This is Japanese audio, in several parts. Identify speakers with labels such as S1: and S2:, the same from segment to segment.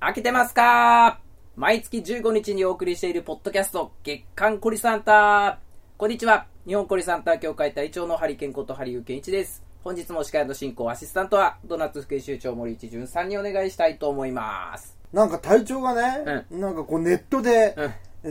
S1: 飽きてますか毎月15日にお送りしているポッドキャスト、月刊コリサンタこんにちは。日本コリサンタ協会隊長のハリケンことハリウケンイチです。本日も司会の進行アシスタントは、ドーナツ副編集長森一淳さんにお願いしたいと思います。
S2: なんか隊長がね、なんかこうネットで、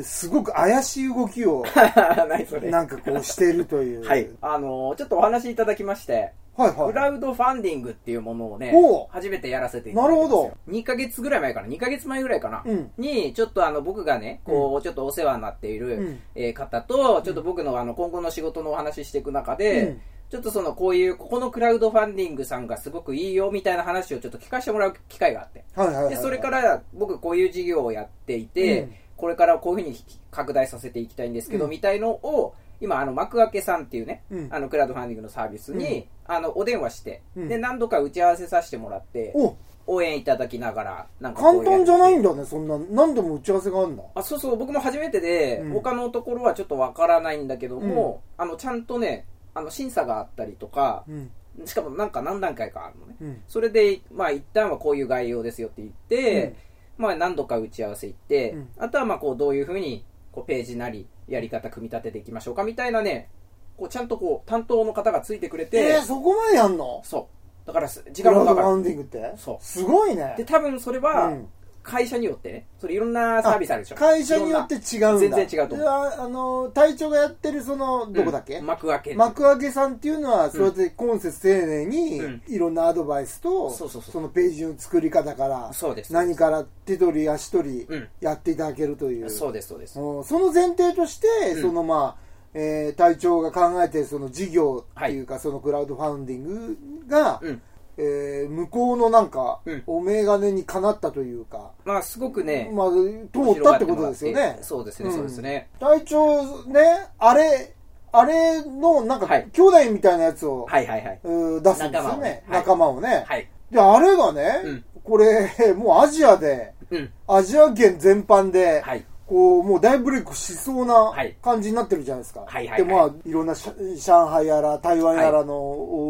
S2: すごく怪しい動きを、
S1: 何 それ。
S2: なんかこうしているという。
S1: はい。あのーちょっとお話いただきまして、
S2: はい
S1: ク
S2: は
S1: ラウドファンディングっていうものをね
S2: ほ、う
S1: 初めてやらせていただいてます
S2: なるほ
S1: よ
S2: ど。
S1: 2ヶ月ぐらい前かな、2ヶ月前ぐらいかな、
S2: うん
S1: に、ちょっとあの、僕がね、こう、ちょっとお世話になっている、
S2: うん
S1: えー方と、ちょっと僕のあの、今後の仕事のお話ししていく中で、
S2: うん
S1: ちょっとその、こういう、ここのクラウドファンディングさんがすごくいいよ、みたいな話をちょっと聞かせてもらう機会があって。
S2: い。はいはいはい。
S1: で、それから、僕こういう事業をやっていて、
S2: うん
S1: これからこういうふうに拡大させていきたいんですけど、
S2: うん
S1: みたいのを、今、あの、幕開けさんっていうね、
S2: うん
S1: あの、クラウドファンディングのサービスに、あの、お電話して、
S2: うん
S1: で、何度か打ち合わせさせてもらって、
S2: お、
S1: 応援いただきながら、なんかこう
S2: 簡
S1: う
S2: 単じゃない
S1: やつ
S2: んだね、そんな。何度も打ち合わせがあるんだ。
S1: あそうそう、僕も初めてで、
S2: うん
S1: 他のところはちょっとわからないんだけども、あの、ちゃんとね、あの、審査があったりとか
S2: う、ん。
S1: しかもなんか何段階かあるのね。
S2: うん。
S1: それで、まあ、一旦はこういう概要ですよって言って、まあ、何度か打ち合わせ行って、
S2: うん
S1: あとは、まあ、こう、どういうふうに、こう、ページなり、やり方組み立てていきましょうか、みたいなね、こう、ちゃんとこう、担当の方がついてくれて、
S2: えー、そこまでやんの
S1: そう。だからす、時
S2: ク
S1: 間
S2: ラウ
S1: も
S2: ド
S1: か
S2: フ
S1: か
S2: ァ
S1: る。
S2: ンディングって
S1: そう
S2: すごいね
S1: で、。多分それ
S2: う
S1: は
S2: ん、
S1: 会社によってね、それいろんなサービスあるでしょ。
S2: 会社によって
S1: い
S2: 違うんだ。
S1: 全然違うと思う
S2: でああの、隊長がやってるそ
S1: ろ
S2: の、ど
S1: んな
S2: こだっけ
S1: うん幕開け。
S2: 幕開けさんっていうのは、そうやって今節丁寧に
S1: うん、
S2: いろんなアドバイスと、
S1: そうそうそう
S2: のページの作り方から、
S1: そうです。
S2: 何から手取り足取り
S1: うん
S2: やっていただけるという。
S1: そうです、そうです。
S2: うんその前提として、
S1: うん
S2: そのまあ、えー隊長が考えてるその事業っていうか、そのクラウドファウンディングが、
S1: うん。
S2: えー向こうのなんか、
S1: うん
S2: お眼鏡にかなったというか、
S1: まあ、すごくね、
S2: まあ、通ったってことですよね。
S1: そうですね、そうですね。
S2: 隊長ね、あれ、あれのなんか、
S1: はい
S2: 兄弟みたいなやつを、
S1: はいはいはい。
S2: うん出すんですよね。
S1: 仲
S2: 仲間をね。
S1: はい。
S2: で、あれがね、
S1: うん
S2: これ、 もうアジアで、
S1: うん。
S2: アジア圏全般で、
S1: はい。
S2: こう、もう大ブレイクしそうな
S1: はい
S2: 感じになってるじゃないですか。
S1: はいはいはい
S2: で、まあ、いろんなし上海やら、台湾やらの、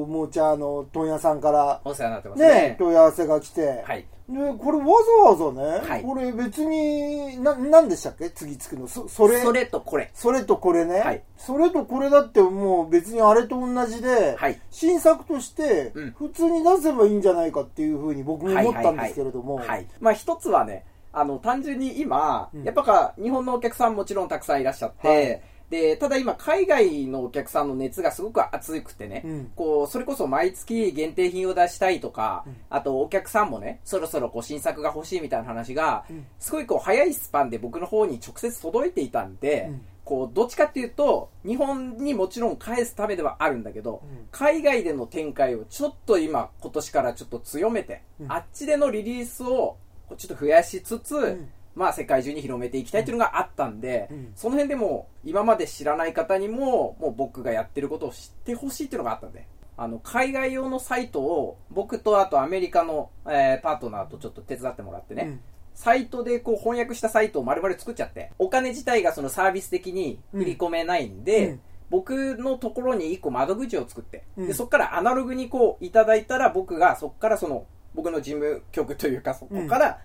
S2: おもちゃの問屋さんから、
S1: お世話になってますね。
S2: ね、問い合わせが来て、
S1: はい。
S2: で、これわざわざね、
S1: はい
S2: これ別に、な、なんでしたっけ次つくの。そ、それ、
S1: それとこれ。
S2: それとこれね、
S1: はい
S2: それとこれだってもう別にあれと同じで、
S1: はい
S2: 新作として
S1: うん
S2: 普通に出せばいいんじゃないかっていうふうに僕も
S1: はい
S2: 思
S1: は
S2: っ
S1: い
S2: た
S1: はい
S2: んですけれども、
S1: はい。まあ、一つはね、あの、単純に今、
S2: うん
S1: やっぱか、日本のお客さんもちろんたくさんいらっしゃって、
S2: はい
S1: で、ただ今、海外のお客さんの熱がすごく熱くてね、
S2: うん
S1: こう、それこそ毎月限定品を出したいとか、あとお客さんもね、そろそろこう新作が欲しいみたいな話が、
S2: うん
S1: すごいこう早いスパンで僕の方に直接届いていたんで、
S2: うん
S1: こう、どっちかっていうと、日本にもちろん返すためではあるんだけど、
S2: うん
S1: 海外での展開をちょっと今、今年からちょっと強めて、
S2: うん
S1: あっちでのリリースをこうちょっと増やしつつ、
S2: ん
S1: まあ世界中に広めていきたいというのがあったんで、
S2: うん
S1: その辺でもう今まで知らない方にも、もう僕がやってることを知ってほしいというのがあったんで、あの、海外用のサイトを僕とあとアメリカの、えーパートナーとちょっと手伝ってもらってね、
S2: うん
S1: サイトでこう翻訳したサイトを丸々作っちゃって、お金自体がそのサービス的に振り込めないんで、
S2: うん
S1: 僕のところに一個窓口を作って、
S2: うん
S1: でそこからアナログにこういただいたら僕がそこからその僕の事務局というかそこから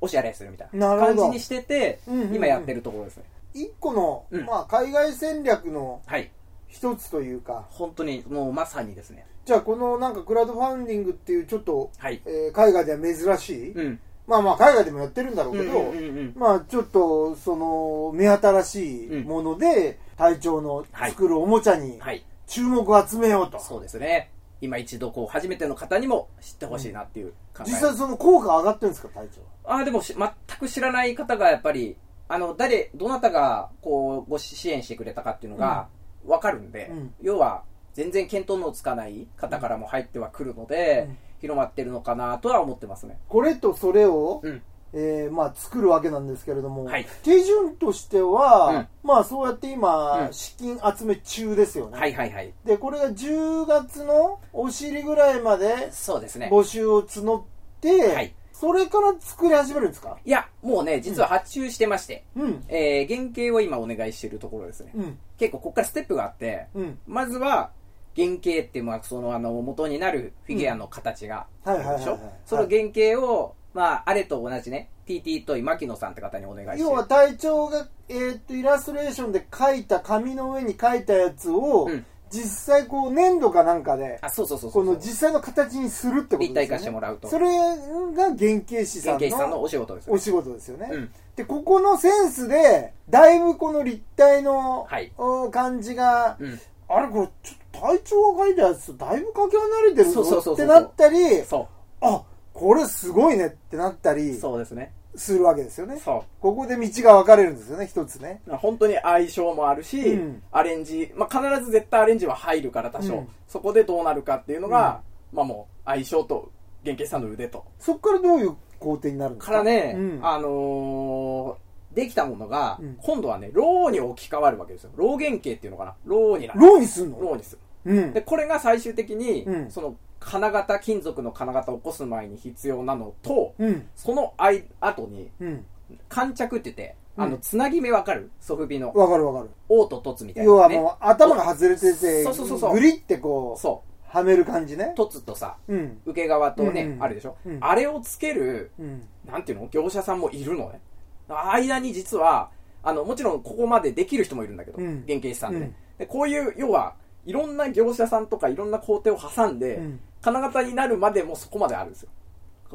S1: お支払いするみたいな
S2: なるほ
S1: 感
S2: ど
S1: じにしてて、
S2: うんうんうん
S1: 今やってるところですね。
S2: 一個の、
S1: うん
S2: まあ、海外戦略の
S1: はい。
S2: 一つというか、
S1: 本当にもうまさにですね。
S2: じゃあこのなんかクラウドファンディングっていうちょっと、
S1: はい。
S2: えー海外では珍しい、
S1: うん。
S2: まあまあ海外でもやってるんだろう
S1: うん
S2: け
S1: う
S2: ど、
S1: んうんうん
S2: まあちょっとその目新しいもので、隊長の作るおもちゃに
S1: はい。
S2: 注目を集めようと、
S1: そうですね。今一度こう初めての方にも知ってほしいなっていう考え。
S2: 実際その効果上がってるんですか隊長
S1: ああ、でもし全く知らない方がやっぱり、あの、誰、どなたが、こう、ご支援してくれたかっていうのが、わかるんで、
S2: うん
S1: 要は、全然見当のつかない方からも入ってはくるので、
S2: うん
S1: 広まってるのかなとは思ってますね。
S2: これとそれを、
S1: うん。
S2: えーまあ、作るわけなんですけれども、
S1: はい
S2: 手順としては、まあそうやって今、
S1: うん
S2: 資金集め中ですよね、
S1: はいはいはい。
S2: でこれが10月のお尻ぐらいまで
S1: そうですね。
S2: 募集を募って、
S1: はい
S2: それから作り始めるんですか
S1: いや、もうね、実は発注してまして、
S2: うん
S1: えー、原型を今お願いしてるところですね。
S2: うん
S1: 結構、ここからステップがあって、
S2: うん
S1: まずは、原型っていう、まあ、その、あの、元になるフィギュアの形が
S2: は
S1: あ
S2: いはい
S1: る
S2: は
S1: で
S2: い
S1: し
S2: は
S1: ょ
S2: い
S1: その原型を、まあ、あれと同じね、TT トイ牧野さんって方にお願いして。
S2: 要は隊長が、えーっとイラストレーションで描いた紙の上に描いたやつを、
S1: うん
S2: 実際こう粘土かなんかで
S1: あ、そうそうそうそ
S2: こ
S1: う。
S2: の実際の形にするってことですよね
S1: 立体化してもらうと
S2: それが原型師さ
S1: 原
S2: ん
S1: 型師さんの
S2: の
S1: お仕事です。
S2: お仕事ですよね、
S1: うん
S2: でここのセンスでだいぶこの立体の、
S1: はい
S2: お感じが、
S1: うん。
S2: あれこれちょっと隊長が描いたやつとだいぶかけ離れてるぞ
S1: そうそうそうそう
S2: ってなったり
S1: そ
S2: あこれすごいねってなった
S1: う。
S2: り
S1: そうですね。
S2: するわけですよね
S1: そ
S2: ここで道が分かれるんですよね一つね
S1: う。本当に相性もあるし、
S2: うん
S1: アレンジ、まあ、必ず絶対アレンジは入るから多少、
S2: うん
S1: そこでどうなるかっていうのが、まあもう相性と原型師さんの腕と。
S2: そこからどういう工程になるんです
S1: か
S2: から
S1: ね、
S2: うん
S1: あのーできたものが、
S2: うん
S1: 今度はね、ローに置き換わるわけですよ。ロー原型っていうのかな。ローになる。
S2: ローにすん
S1: ロ
S2: の
S1: ーにする。
S2: うん
S1: で、これが最終的に、
S2: うん
S1: その、金型、金属の金型を起こす前に必要なのと、
S2: うん
S1: そのあい後に、
S2: うん
S1: 観着って言って、あ
S2: う
S1: の、
S2: ん
S1: つなぎ目わかるソフビの、
S2: 分かる分かる
S1: 王と凸みたいな、ね。
S2: 要はもう頭が外れてて
S1: そうそうそうそう
S2: グリってこう
S1: そ
S2: はめる感じね
S1: う。凸とさ、
S2: うん
S1: 受け側とね、
S2: うん
S1: あるでしょ、
S2: うん
S1: あれをつける、
S2: うん
S1: なんていうの業者さんもいるのね。間に実は、あの、もちろんここまでできる人もいるんだけど、
S2: うん
S1: 原型師さんで,、
S2: うん
S1: で。こういう、要は、いろんな業者さんとかいろんな工程を挟んで、
S2: うん
S1: 金型になるまでもそこまであるんですよ。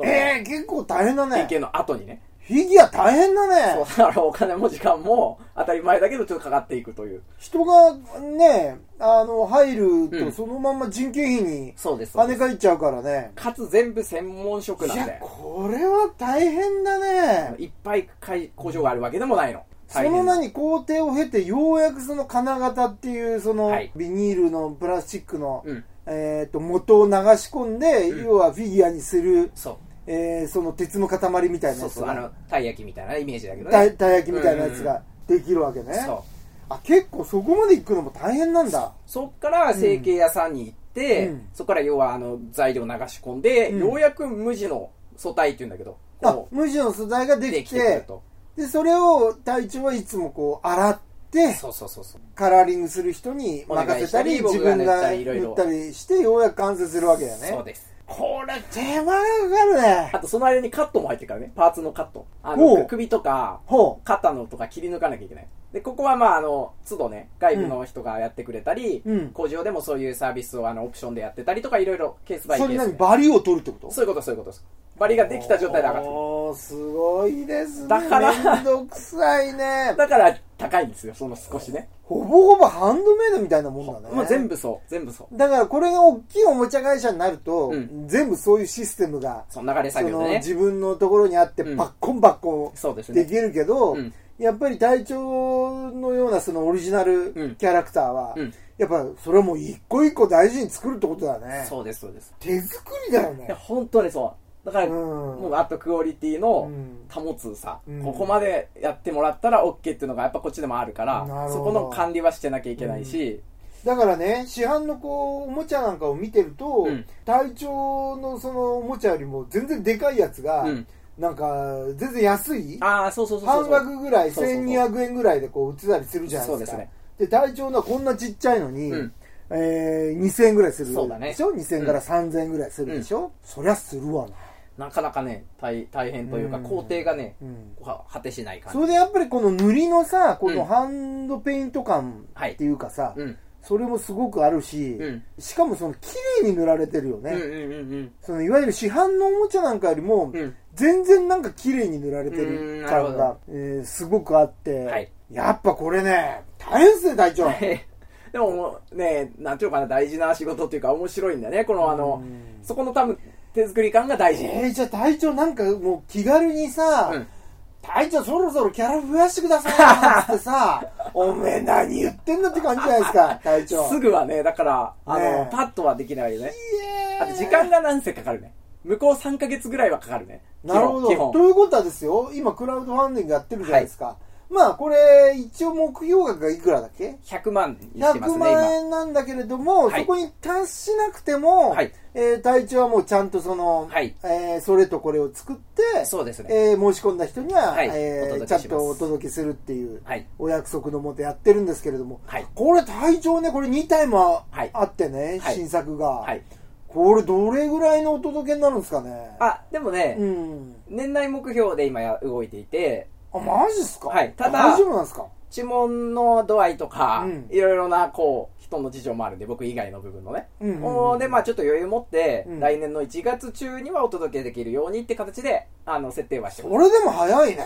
S2: えー、結構大変だ
S1: 原
S2: ね
S1: 型の後にね。
S2: フィギュア大変だ
S1: そう
S2: ね
S1: だからお金も時間も当たり前だけどちょっとかかっていくという。
S2: 人がねあの入る
S1: うん
S2: とそのまんま人件費に
S1: そうです。
S2: 跳ね返っちゃうからね
S1: かつ全部専門職
S2: い
S1: なん
S2: や
S1: で。
S2: これは大変だね
S1: いっぱい会工場があるわけでもないの。
S2: そ
S1: 大
S2: の
S1: 変な
S2: 名に工程を経てようやくその金型っていうその
S1: はい
S2: ビニールのプラスチックの、
S1: うん。
S2: えー、と元を流し込んで、
S1: うん
S2: 要はフィギュアにする、
S1: そう。
S2: えーその鉄の塊みたいな
S1: そ
S2: や
S1: う
S2: つ
S1: そう。あの、たい焼きみたいなイメージだけど
S2: た
S1: ね。
S2: いたい焼きみたいなやつができるわけね、
S1: そう。
S2: あ結構そこまで行くのも大変なんだ
S1: そっから成形屋さんに行って、
S2: うん
S1: そっから要はあの材料流し込んで、
S2: うん
S1: ようやく無地の素体っていうんだけど、
S2: あ
S1: こ
S2: 無地の素材が
S1: う、
S2: で
S1: で
S2: き
S1: き
S2: て
S1: てくると。
S2: でそれを隊長はいつもこう洗って
S1: そうそうそうそう。
S2: カラーリングする人に任せたり
S1: お願い
S2: 自
S1: したり僕が
S2: 分
S1: 塗ったり
S2: が
S1: いろい
S2: 塗
S1: ろ
S2: ったりしてようやく完成するわけだよね
S1: そうです。
S2: これ手間がかかるね
S1: あとその間にカットも入ってるからね、パーツのカット。あ
S2: お
S1: の、
S2: う
S1: 首とか、
S2: ほ
S1: 肩のとか切り抜かなきゃいけない。で、ここはまああの、都度ね、外部の人がやってくれたり、
S2: うん
S1: 工場でもそういうサービスをあの、オプションでやってたりとか、いろいろケース
S2: う
S1: バイケ
S2: そ
S1: ー
S2: れ
S1: ス
S2: 何
S1: で。
S2: バリを取るってこと
S1: そういうことそういうことです。バリができた状態で上がってくる。
S2: おーすごいですね
S1: だから
S2: めんどくさいね
S1: だから高いんですよ、その少しね。
S2: ほぼほぼハンドメイドみたいなもんだね
S1: もう全部そう、全部そう。
S2: だからこれが大きいおもちゃ会社になると、
S1: うん
S2: 全部そういうシステムが
S1: その流れ
S2: そ
S1: 作業
S2: の
S1: でね。
S2: 自分のところにあって
S1: うん
S2: バッコンバッコ
S1: そうです
S2: ンで
S1: ね。
S2: きるけど、
S1: うん
S2: やっぱり隊長のようなそのオリジナル
S1: うん
S2: キャラクターは、
S1: うん
S2: やっぱそれはもう一個一個大事に作るってことだね
S1: そうです、そうです。
S2: 手作りだよ
S1: いや、
S2: ね
S1: 本当にそう。だから、
S2: うん
S1: もうあとクオリティの
S2: うん
S1: 保つさ、
S2: うん
S1: ここまでやってもらったら OK っていうのがやっぱこっちでもあるから
S2: なる、ほど
S1: そこの管理はしてなきゃいけないし、
S2: だからね市販のこうおもちゃなんかを見てると、
S1: うん
S2: 体調のそのおもちゃよりも全然でかいやつが、
S1: うん
S2: なんか全然安い
S1: ああ、そうそうそうそう。
S2: 半額ぐらい
S1: そうそうそう
S2: 1200円ぐらいでこう売ってたりするじゃない
S1: そう
S2: で
S1: ですす
S2: か
S1: ね。
S2: で体調のはこんなちっちゃいのに、
S1: うん
S2: えー、2000円ぐらいするでしょ
S1: そうだね
S2: 2000円から3000円ぐらいするでしょ、そりゃするわな、
S1: なかなかね、大大変というか、
S2: うん
S1: 工程がね、
S2: うん
S1: は果てしない感
S2: そ
S1: じ。
S2: れでやっぱりこの塗りのさこ
S1: う
S2: の
S1: ん
S2: ハンドペイント感
S1: はい
S2: っていうかさ、
S1: うん。
S2: それもすごくあるし、
S1: うん
S2: しかもその綺麗に塗られてるよね、
S1: うんうんうんうん。
S2: そのいわゆる市販のおもちゃなんかよりも、
S1: うん
S2: 全然なんか綺麗に塗られて
S1: う
S2: る
S1: んなるほ
S2: 感が
S1: ど、
S2: えーすごくあって、
S1: はい
S2: やっぱこれね大変っすね隊長
S1: ねでももうね、なんていうのかな、大事な仕事っていうか面白いんだよね、このあの、そこの多分手作り感が大事。
S2: えー、じゃあ隊長なんかもう気軽にさ、
S1: うん
S2: 隊長そろそろキャラ増やしてくださいって さおめえ何言ってんだって感じじゃないですか隊長
S1: すぐはね、だから、あの、
S2: ねえ
S1: パッとはできないよね。
S2: イエーイ
S1: あと時間が何せかかるね。向こう3ヶ月ぐらいはかかるね。基本
S2: なるほ
S1: 基
S2: ど。と
S1: 本。
S2: いうことはですよ、今クラウドファンディングやってるじゃないですか。まあこれ、一応目標額がいくらだっけ
S1: 100万にしてます
S2: ?100
S1: ね、
S2: 万
S1: 今。
S2: 円なんだけれども、
S1: はい
S2: そこに達しなくても、
S1: はい
S2: えー隊長はもうちゃんとその、
S1: はい
S2: えーそれとこれを作って、
S1: そうですね。
S2: えー申し込んだ人には、
S1: はい
S2: えー
S1: お届けし
S2: ち
S1: ま
S2: ゃん
S1: す
S2: とお届けするっていう、
S1: はい
S2: お約束のもとやってるんですけれども、
S1: はい
S2: これ隊長ね、これ2体も
S1: はい
S2: あってね、
S1: はい
S2: 新作が、
S1: はい。
S2: これどれぐらいのお届けになるんですかね
S1: あ、でもね、
S2: うん
S1: 年内目標で今や動いていて、
S2: あマジっすか
S1: はいただ
S2: 大丈夫なんですか
S1: 注文の度合いとか、
S2: うん
S1: いろいろな、こう、人の事情もあるんで、僕以外の部分のね。
S2: うんうんうん
S1: おーで、まあちょっと余裕持って、
S2: うん
S1: 来年の1月中にはお届けできるようにって形で、あの、設定はしてます。
S2: 俺でも早いね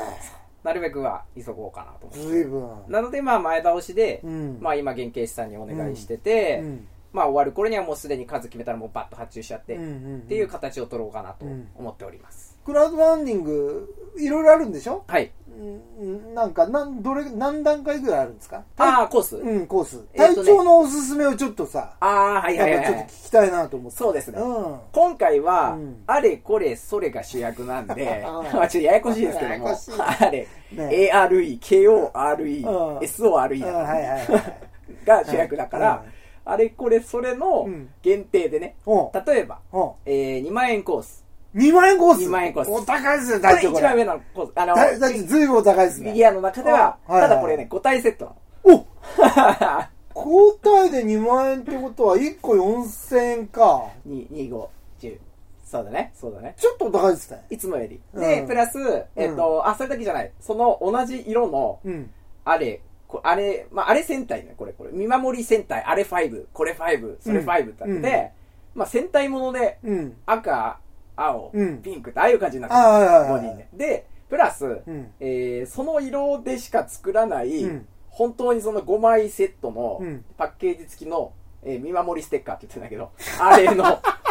S1: なるべくは急ごうかなと思
S2: 随
S1: って。
S2: 分
S1: なので、まあ前倒しで、
S2: うん
S1: まあ今、原型師さんにお願いしてて、
S2: うん
S1: まあ終わる頃にはもうすでに数決めたらもうバッと発注しちゃって、
S2: うんうんうん
S1: っていう形を取ろうかなと思っております。
S2: クラウドファンディングいろいろあるんでしょ
S1: はい。
S2: うんなんかなんどれ何段階ぐらいあるんですか
S1: ああ、コース、
S2: うんコース
S1: えー
S2: 隊
S1: とね
S2: 長のおすすめをちょっとさ
S1: ああ、はいはいはい
S2: や
S1: は
S2: っぱちょっ
S1: い
S2: と。聞きたいなと思って
S1: そうですね。
S2: うん
S1: 今回は、
S2: うん
S1: あれこれそれが主役なん で、
S2: うん
S1: まあちょっとややこしいですけど
S2: やや
S1: も
S2: こしい、
S1: あれ、
S2: ね
S1: ARE、KORE、
S2: うん
S1: SORE
S2: うん
S1: だ
S2: はいはいはい
S1: が主役だから、
S2: うん
S1: あれこれそれの
S2: うん
S1: 限定でね、
S2: おう
S1: 例えば、
S2: おう
S1: えー、2万円コース。
S2: 2万円コース
S1: 2万円コース
S2: お高いですよ
S1: これ
S2: 隊長
S1: 一番上のコース。あの、
S2: だだって随分お高いです
S1: フィ
S2: ね
S1: ギュアの中では、
S2: あはいは
S1: た
S2: い
S1: だこれね、5体セットなの。
S2: お交代で2万円ってことは1個4000円か。
S1: 2、2、5、10。そうだね、そうだね。
S2: ちょっとお高いですね。
S1: いつもより。で、
S2: うん
S1: プラス、えっ、と、あ、それだけじゃない。その同じ色の、
S2: うん。
S1: あれ、こあれ、まあ、あれ戦隊ね、これ、これ。見守り戦隊、あれ5、これ5、それ5ってあって、
S2: うんうん
S1: まあ、戦隊もので、
S2: うん。
S1: 赤、青、
S2: うん
S1: ピンクって、ああいう感じになって
S2: あはいはい
S1: る。
S2: はい
S1: 5人ね。で、プラス、
S2: うん
S1: えーその色でしか作らない、
S2: うん
S1: 本当にその5枚セットの
S2: うん
S1: パッケージ付きの、えー見守りステッカーって言ってんだけど、 あれの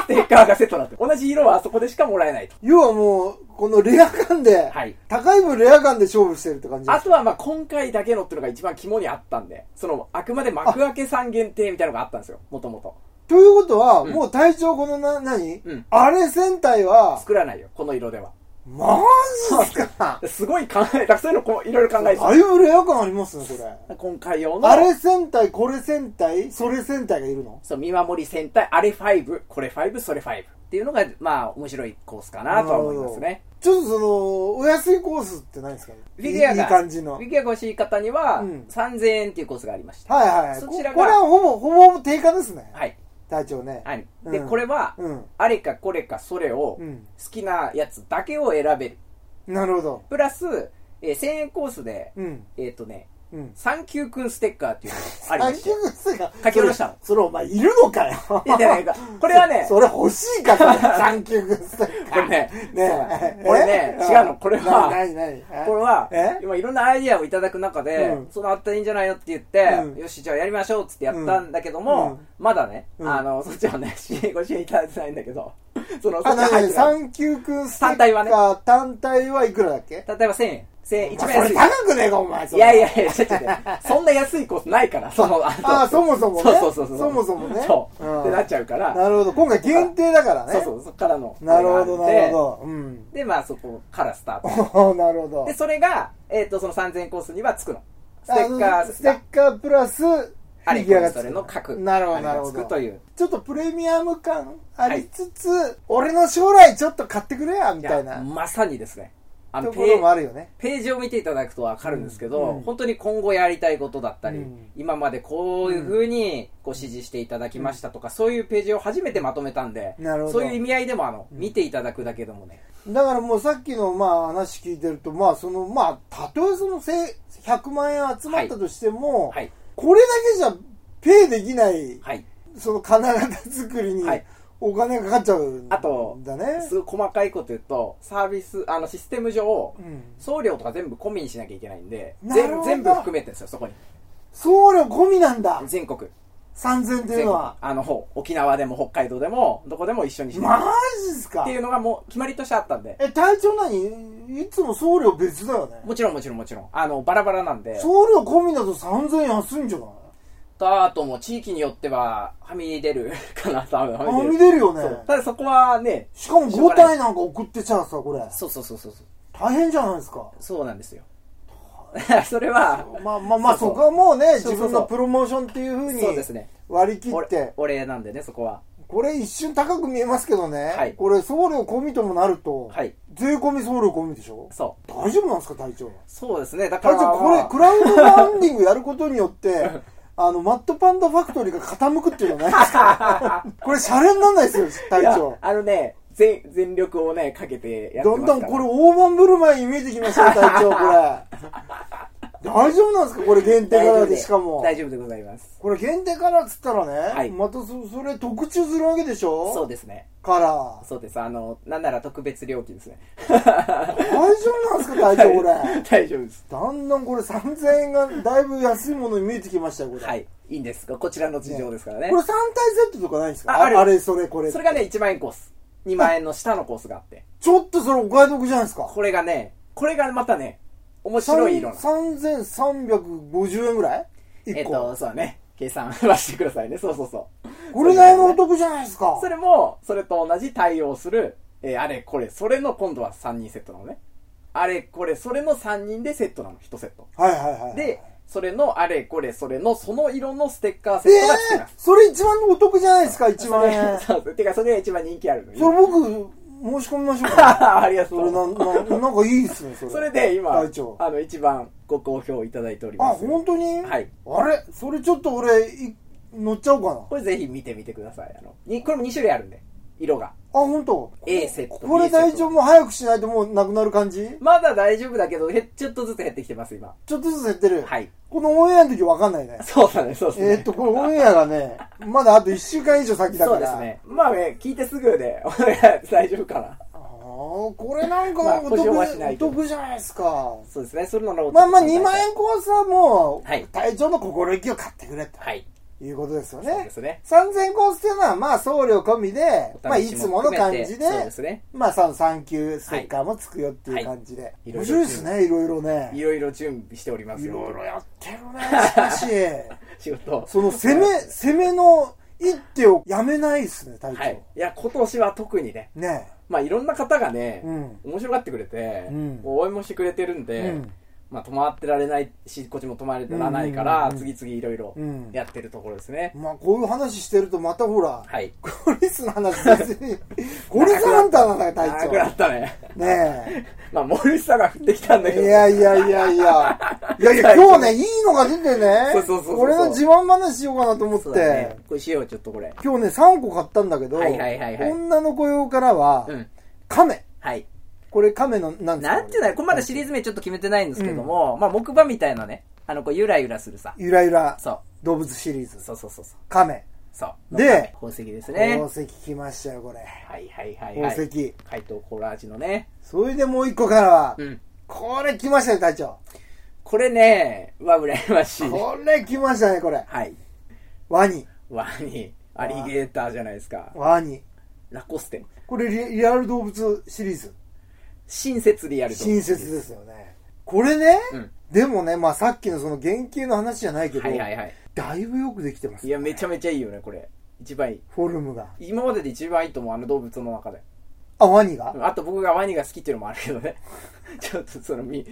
S1: ステッカーがセットになってる、同じ色はあそこでしかもらえないと。
S2: 要はもう、このレア感で、
S1: はい
S2: 高い分レア感で勝負してるって感じ
S1: あとはまあ今回だけのっていうのが一番肝にあったんで、そのあくまで幕開けさん限定みたいなのがあったんですよ、もともと。
S2: ということは、もう隊長このな、何、
S1: うん
S2: あれ戦隊は、
S1: 作らないよ、この色では。
S2: マジっすか
S1: すごい考え、だからそういうのこういろいろ考えて
S2: だいぶレア感ありますね、これ。
S1: た。今回用の、
S2: あれ戦隊、これ戦隊、それ戦隊がいるの
S1: そう、見守り戦隊、あれ5、これ5、それ5っていうのが、まあ面白いコースかなとは思いますね。
S2: ちょっとその、お安いコースってないですかね
S1: フィギュア
S2: い
S1: が、
S2: い感じの。は
S1: フ
S2: い
S1: ィギュアが欲しい方には、
S2: うん
S1: 3000円っていうコースがありました。
S2: はいはい。
S1: そ
S2: こ
S1: ち
S2: こ
S1: ら
S2: れ
S1: が
S2: はほぼ、ほぼほぼ定価ですね。
S1: はい。
S2: 隊長ね。
S1: はい。で、
S2: うん
S1: これは、
S2: うん。
S1: あれかこれかそれを、
S2: うん
S1: 好きなやつだけを選べる。
S2: なるほど。
S1: プラス、えー1000円コースで、
S2: うん。
S1: えっ、とね、
S2: うん。
S1: サンキューくんステッカーっていうのがありま
S2: あ、
S1: し
S2: キ
S1: て。
S2: ングスが
S1: 書き下ろしたの
S2: それそれお前いるのかよ。
S1: いやいやいやこれはね、
S2: それ欲しい か、それサンキューグッズ。
S1: これね、
S2: ね
S1: そうなの
S2: え
S1: これね、
S2: え
S1: 違うの、これは、
S2: なになになに
S1: これは
S2: え、
S1: 今いろんなアイディアをいただく中で、
S2: うん
S1: そのあったらいいんじゃないのって言って、
S2: うん
S1: よし、じゃあやりましょうっつってやったんだけども、
S2: うん
S1: まだね、
S2: うん
S1: あの、そっちはね、 支援ご支援いただいてないんだけど、その、そ
S2: あ、
S1: っちは
S2: なにな
S1: 入っ
S2: に
S1: てな
S2: サ
S1: い。
S2: ンキューくんステ
S1: 単体はね
S2: 単体はいくらだっけ
S1: 例えば1000円。1000円、一
S2: そ
S1: 番
S2: れ
S1: 安い。
S2: 高くねえか、お前。そ
S1: い
S2: れ
S1: やい。やいや、ちょっとね、そんな安いコースない から、その、
S2: あ、そもそもね。
S1: そうそうそうそう。
S2: そもそもね。
S1: そう。
S2: ん
S1: ってなっちゃうから、
S2: なるほど。今回限定だからね。
S1: そうそう、そっからの。
S2: なるほど、
S1: あ
S2: な
S1: れがあ
S2: る
S1: って
S2: ほど。うん。
S1: で、まあそこからスタート。
S2: なるほど
S1: で、。それが、えっ、と、その3000コースにはつくの。ステ
S2: あ
S1: ッカー、
S2: ステッカープラス、
S1: あれ、
S2: フィギュアがつく
S1: それの各、
S2: なるほ
S1: あ
S2: ど、
S1: れ
S2: なる
S1: が
S2: ほ
S1: つく
S2: ど。
S1: という。
S2: ちょっとプレミアム感ありつつ、俺の将来ちょっと買ってくれや、み
S1: い
S2: たい
S1: や、
S2: な
S1: まさにですね。あの、
S2: と
S1: ペ
S2: ころも
S1: ー
S2: あるよね。
S1: ページを見ていただくとわかるんですけど、
S2: うんうん
S1: 本当に今後やりたいことだったり、
S2: うん
S1: 今までこういう風にご指示していただきましたとか、そういうページを初めてまとめたんで、
S2: なるほど
S1: そういう意味合いでも、あの、見ていただくだけでもね、
S2: だからもうさっきのまあ話聞いてると、まあその、まあ、たとえそのせ100万円集まったとしても、
S1: はい、
S2: これだけじゃペイできない、
S1: はい。
S2: その金型作りに
S1: はい
S2: お金がかかっちゃうんだ
S1: あと
S2: ね。
S1: すごい細かいこと言うと、サービス、あの、システム上、
S2: うん
S1: 送料とか全部込みにしなきゃいけないんで、
S2: なるほ
S1: 全
S2: ど
S1: 全部含めてですよ、そこに。
S2: 送料込みなんだ
S1: 全国。
S2: !3000 ってい
S1: 全
S2: うの
S1: 国
S2: は。
S1: あの、ほう沖縄でも北海道でも、どこでも一緒にして
S2: マジっすか
S1: っていうのがもう決まりとしてあったんで。
S2: え、隊長何いつも送料別だよね。
S1: もちろんもちろんもちろん。あの、バラバラなんで。
S2: 送料込みだと3000円安いんじゃない
S1: と、あともう地域によっては、はみ出るかな、多分。
S2: はみ
S1: る。
S2: 出るよね
S1: そう。ただそこはね、
S2: しかも5体なんか送ってちゃうさ、これ。
S1: そうそうそうそうそう。
S2: 大変じゃないですか。
S1: そうなんですよ。 それは、
S2: まあまあまあ、
S1: そうそう
S2: そこはもう
S1: そうそ
S2: ね、
S1: うそう
S2: 自分のプロモーションっていうふう
S1: そうです
S2: に
S1: ね。
S2: 割り切
S1: お
S2: って、
S1: お礼なんでね、そこは。
S2: これ一瞬高く見えますけど
S1: は
S2: ね
S1: い、
S2: これ送料込みともなると
S1: はい、
S2: 税込み送料込みでしょ
S1: そう。
S2: 大丈夫なんですか、隊長。
S1: そうですね。だか
S2: 隊
S1: ら、
S2: 長、これ、
S1: まあ
S2: クラウドファンディングやることによって、あの、マットパンダファクトリーが傾くっていうのはないで すかこれ、シャレになんないですよ、隊
S1: いや
S2: 長。
S1: あのね、全、全力をね、かけてやってますから
S2: どんどんこれ、大盤振る舞いに見えてきましたよ、隊長、これ。 大丈夫なんですかこれ、限定
S1: 大
S2: か
S1: 丈
S2: ら
S1: 夫
S2: で、しかも。
S1: 大丈夫でございます。
S2: これ、限定からっつったらね、
S1: はい
S2: またそ、それ、特注するわけでしょ
S1: そうですね。
S2: から。
S1: そうです。あの、なんなら特別料金ですね。
S2: 大丈夫なんですか、隊長、これ。
S1: 大丈夫です。
S2: だんだんこれ、3000円が、だいぶ安いものに見えてきましたよ、これ。
S1: はい。いいんです。こちらの事情ですからね
S2: こ。れ、3体セットとかないんですか
S1: あある
S2: あれ、それ、これ。
S1: それがね、1万円コース。2万円の下のコースがあって。
S2: ちょっとそれお買い得じゃないですか。
S1: これがね、これがまたね、面白い色なんです。
S2: 3350円ぐらい
S1: えっ
S2: ?1 個、
S1: と、そうだね。計算はしてくださいね。そうそうそう。
S2: これだいぶお得じゃないですか。
S1: それも、それと同じ対応する、えーあれ、これ、それの今度は3人セットなのね。あれ、これ、それの3人でセットなの。1セット。
S2: はいはいはい。
S1: で、それのあれ、これ、それのその色のステッカー
S2: え
S1: セットが付き
S2: え
S1: ます。
S2: それ一番お得じゃないですか、1 万円。
S1: それそうそう。てか、それが一番人気あるの
S2: そ
S1: よ。
S2: れ僕、申し込みましょう か。
S1: ありがと
S2: それ
S1: う。
S2: な、ななんかいいですね、それ。
S1: それで今、
S2: 隊長。あ、
S1: あの、一番ご好評いただいております。
S2: 本当に
S1: はい。
S2: あれそれちょっと俺、い乗っちゃおうかな。あ、
S1: これぜひ見てみてください。あの、にこれも2種類あるんで、色が。
S2: 本当
S1: A セット
S2: これ
S1: B セット
S2: 隊長もう早くしないともうなくなる感じ
S1: まだ大丈夫だけど、へっちょっとずつ減ってきてます、今。
S2: ちょっとずつ減ってる。
S1: はい。
S2: このオンエアの時わかんないね。
S1: そうだね、そうですね。
S2: えーっと、これオンエアがね、まだあと1週間以上先だか
S1: そう
S2: ら。
S1: ですね。まあね、聞いてすぐで、 俺大丈夫かな。
S2: あーこれなん
S1: まあ
S2: かお
S1: 保
S2: 得,、
S1: 証はしないけど
S2: お得じゃないですか。
S1: そうですね、それのの
S2: まあまあ2万円コースはもう、
S1: はい
S2: 隊長の心意気を買ってくれと
S1: はい。
S2: いうことですよ
S1: そう
S2: ね
S1: で。すね。
S2: 3000円コースっていうのはまあ送料込みで、まあいつもの感じで、
S1: そうですね。
S2: まあその3級ステッカーもつくよっていう感じで。
S1: い
S2: 面白いですね、いろいろね。
S1: いろいろ準備しております
S2: い
S1: よ。
S2: ろいろやってるね、しか し。
S1: 仕事を。
S2: その攻め、攻めの一手をやめないですね、隊長。
S1: はい。いや、今年は特にね、
S2: ね
S1: まあいろんな方がね、
S2: うん
S1: 面白がってくれて、
S2: うん
S1: 応援もしてくれてるんで、
S2: うん
S1: まあ止まってられないし、こっちも止まれてらないから、
S2: うんうんうん
S1: 次々いろいろ
S2: うん
S1: やってるところですね。
S2: まあこういう話してるとまたほら、
S1: はい。
S2: ゴリスの 話別に、ゴリスハンターなんだよ、隊
S1: 長くな
S2: 長。
S1: ったね。
S2: ね
S1: まあ、森下が降ってきたんだけ
S2: え。
S1: ど。
S2: いや いやいやいや。いやいや、
S1: 隊長
S2: 今日ね、いいのが出てね。
S1: そうそうそうそう
S2: 俺の自慢話しようかなと思っ
S1: そうだ
S2: て
S1: ね。。これしよう、ちょっとこれ。
S2: 今日ね、3個買ったんだけど、
S1: はいはいはいはい
S2: 女の子用からは、
S1: うん。
S2: 亀。
S1: はい。
S2: これ亀の、なんですか
S1: なんていうのよこれまだシリーズ名ちょっと決めてないんですけども、まあ、木馬みたいなね、あの、こう、ゆらゆらするさ。
S2: ゆらゆら
S1: そう。
S2: 動物シリーズ。
S1: そうそうそうそう。
S2: 亀。
S1: そう。
S2: で
S1: 宝石ですね。
S2: 宝石来ましたよ、これ。
S1: はいはいはいはい。
S2: 宝石。
S1: 怪盗コラージュのね。
S2: それでもう1個からは
S1: う、ん。
S2: これ来ましたね、隊長。
S1: これね、は羨ましい。
S2: これ来ましたね、これ。
S1: はい。
S2: ワニ。
S1: ワニ、アリゲーターじゃないですか。
S2: ワニ。
S1: ラコステ。
S2: これリリアル動物シリーズ。
S1: 親切リアルド
S2: 新設ですよね。これね、
S1: うん
S2: でもね、まあさっきのその原型の話じゃないけ
S1: は
S2: ど、
S1: いはいはい。
S2: だいぶよくできてます
S1: い。や、めちゃめちゃいいよね、これ。一番いい。
S2: フォルムが。
S1: 今までで一番いいと思う、あの動物の中で。
S2: あ、ワニが、
S1: あと僕がワニが好きっていうのもあるけどね。 ちょっとその、み、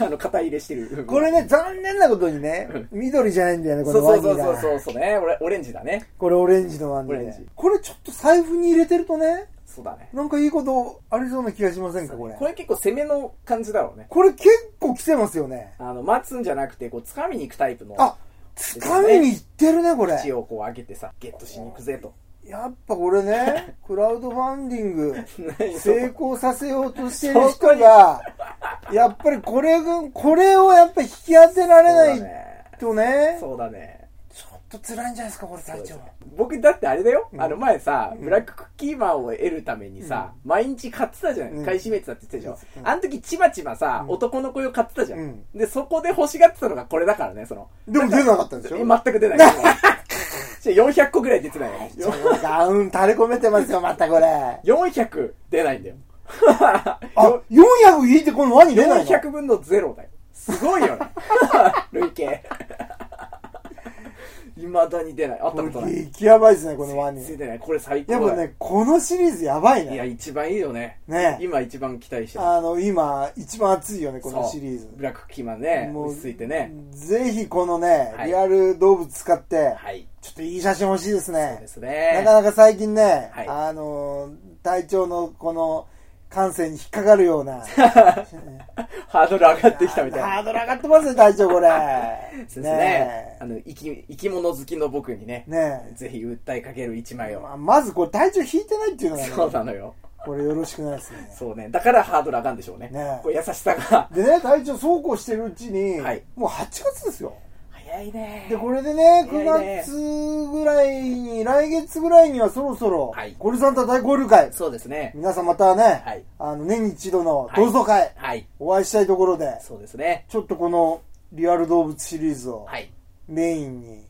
S1: あの、肩入れしてる。
S2: これね、残念なことにね、緑じゃないんだよね、
S1: そ
S2: こ
S1: う
S2: の
S1: そう
S2: ワニ
S1: そうそう
S2: が。
S1: そうそうね。俺、オレンジだね。
S2: これオレンジのワニ
S1: オレン
S2: で
S1: ジ。
S2: これちょっと財布に入れてるとね、
S1: そうだね。
S2: なんかいいことありそうな気がしませんか、これ。
S1: これ結構攻めの感じだろうね。
S2: これ結構来てますよね。
S1: あの、待つんじゃなくて、こう、掴みに行くタイプの。
S2: あ、掴みに行ってるね、これ。
S1: 口をこう上げてさ、ゲットしに行くぜと。
S2: やっぱこれね、クラウドファンディング
S1: 何そ
S2: 成
S1: れ
S2: 功させようとしてる人が、やっぱりこれが、これをやっぱ引き当てられ
S1: そうだ
S2: ない
S1: ね。
S2: とね、
S1: そうだね。
S2: ちょっと辛いんじゃないですか、これ隊長。
S1: 僕だってあれだよ、あの前さ、ブラッククッキーマンを得るためにさ、毎日買ってたじゃ
S2: うん
S1: ん、買い占めてたって言ってたでしょ、
S2: うん
S1: あの時ちまちまさ、男の子を買ってたじゃん,、
S2: うん
S1: でそこで欲しがってたのがこれだからねその
S2: でも出なかったんでしょ
S1: 全く出ない 400個ぐらい出てない
S2: ちょ
S1: よ
S2: っとダウン垂れ込めてますよ、またこれ。あ、
S1: 400出ないんだよよ
S2: 400引いてこの輪に出ないの
S1: 400分の0だよすごいよ ね累計いまだに出ないあったこと
S2: こ
S1: な
S2: れ
S1: い
S2: 激やばいですね、この輪
S1: 全
S2: に。
S1: 然出ないこれ最高
S2: やっ
S1: だ
S2: ぱ
S1: よ
S2: ね、このシリーズやばい
S1: いや
S2: ね。
S1: 一番いいよね
S2: ね
S1: 今一番期待してる
S2: あの、今、一番熱いよね、この
S1: そう
S2: シリーズ。
S1: ブラックキーマンね
S2: もう
S1: 落ち着いてね
S2: ぜひこのね、
S1: はい
S2: リアル動物使って、
S1: はい
S2: ちょっといい写真欲しいです
S1: そう
S2: ね
S1: で。す
S2: な
S1: ね
S2: かなか最近ね、
S1: はい
S2: あ のー、体調のこの感性に引っかかるような、
S1: ハードル上がってきたみたい
S2: ハ
S1: な。
S2: ードル上がってますね、隊長、これ。
S1: そうですね。あの、生き、生き物好きの僕にね
S2: え。、ね
S1: ぜひ訴えかける一枚
S2: え。
S1: を。
S2: ままず、これ、隊長引いてないっていうのがね、
S1: そうなのよ。
S2: これよろしくないですね。
S1: そうね。だからハードル上がるんでしょうね。
S2: ね
S1: こう優しさが。
S2: でね、隊長、そうこうしてるうちに、
S1: はい
S2: もう8月ですよ。
S1: 早いね。
S2: で、これでね、
S1: 早い
S2: 9
S1: ね
S2: 月ぐらいに、来月ぐらいにはそろそろ、
S1: はい
S2: ゴリさんと大交流会、
S1: そうですね。
S2: 皆さんまたね、
S1: はい
S2: あの、年に一度の同窓会、
S1: はい。
S2: お会いしたいところで、
S1: そうですね。
S2: ちょっとこの、リアル動物シリーズを
S1: はい。
S2: メインに、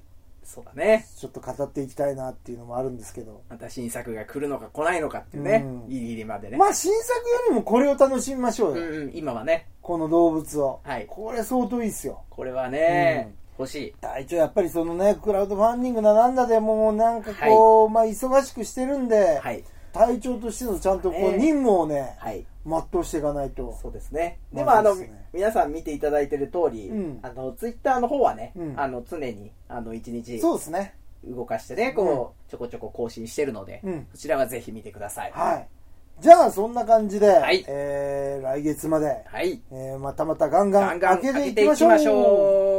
S1: そうだね。
S2: ちょっと語っていきたいなっていうのもあるんですけど、
S1: また新作が来るのか来ないのかっていうね
S2: う。ん
S1: ギリギリまでね。
S2: まあ、新作よりもこれを楽しみましょ
S1: う
S2: うんよ。
S1: うん、今はね。
S2: この動物を。
S1: はい
S2: これ相当いいっすよ。
S1: これはね、欲しい。
S2: 隊長やっぱりそのねクラウドファンディングだなんだでもうなんかこう、まあ忙しくしてるんで、
S1: はい。
S2: 隊長としてのちゃんとこう
S1: ね
S2: 任務をね、
S1: はい。
S2: 全うしていかないと
S1: そうですね。
S2: ま
S1: でも、
S2: あ
S1: あの
S2: そうですね、
S1: 皆さん見ていただいてる通り
S2: うん、
S1: あの、ツイッターの方はね
S2: う、ん
S1: あの、常に、あの、一日
S2: そうですね
S1: 動かしてね、こう、ちょこちょこ更新してるので
S2: うん、
S1: そちらはぜひ見てください。
S2: はいじゃあそんな感じで、
S1: い
S2: えー来月まで、
S1: はい。
S2: えーまたまたガンガ
S1: ガ
S2: ン
S1: ンガン
S2: 開け
S1: 上
S2: て
S1: げ
S2: い
S1: て
S2: き
S1: い
S2: ま
S1: き
S2: しょう
S1: ましょう。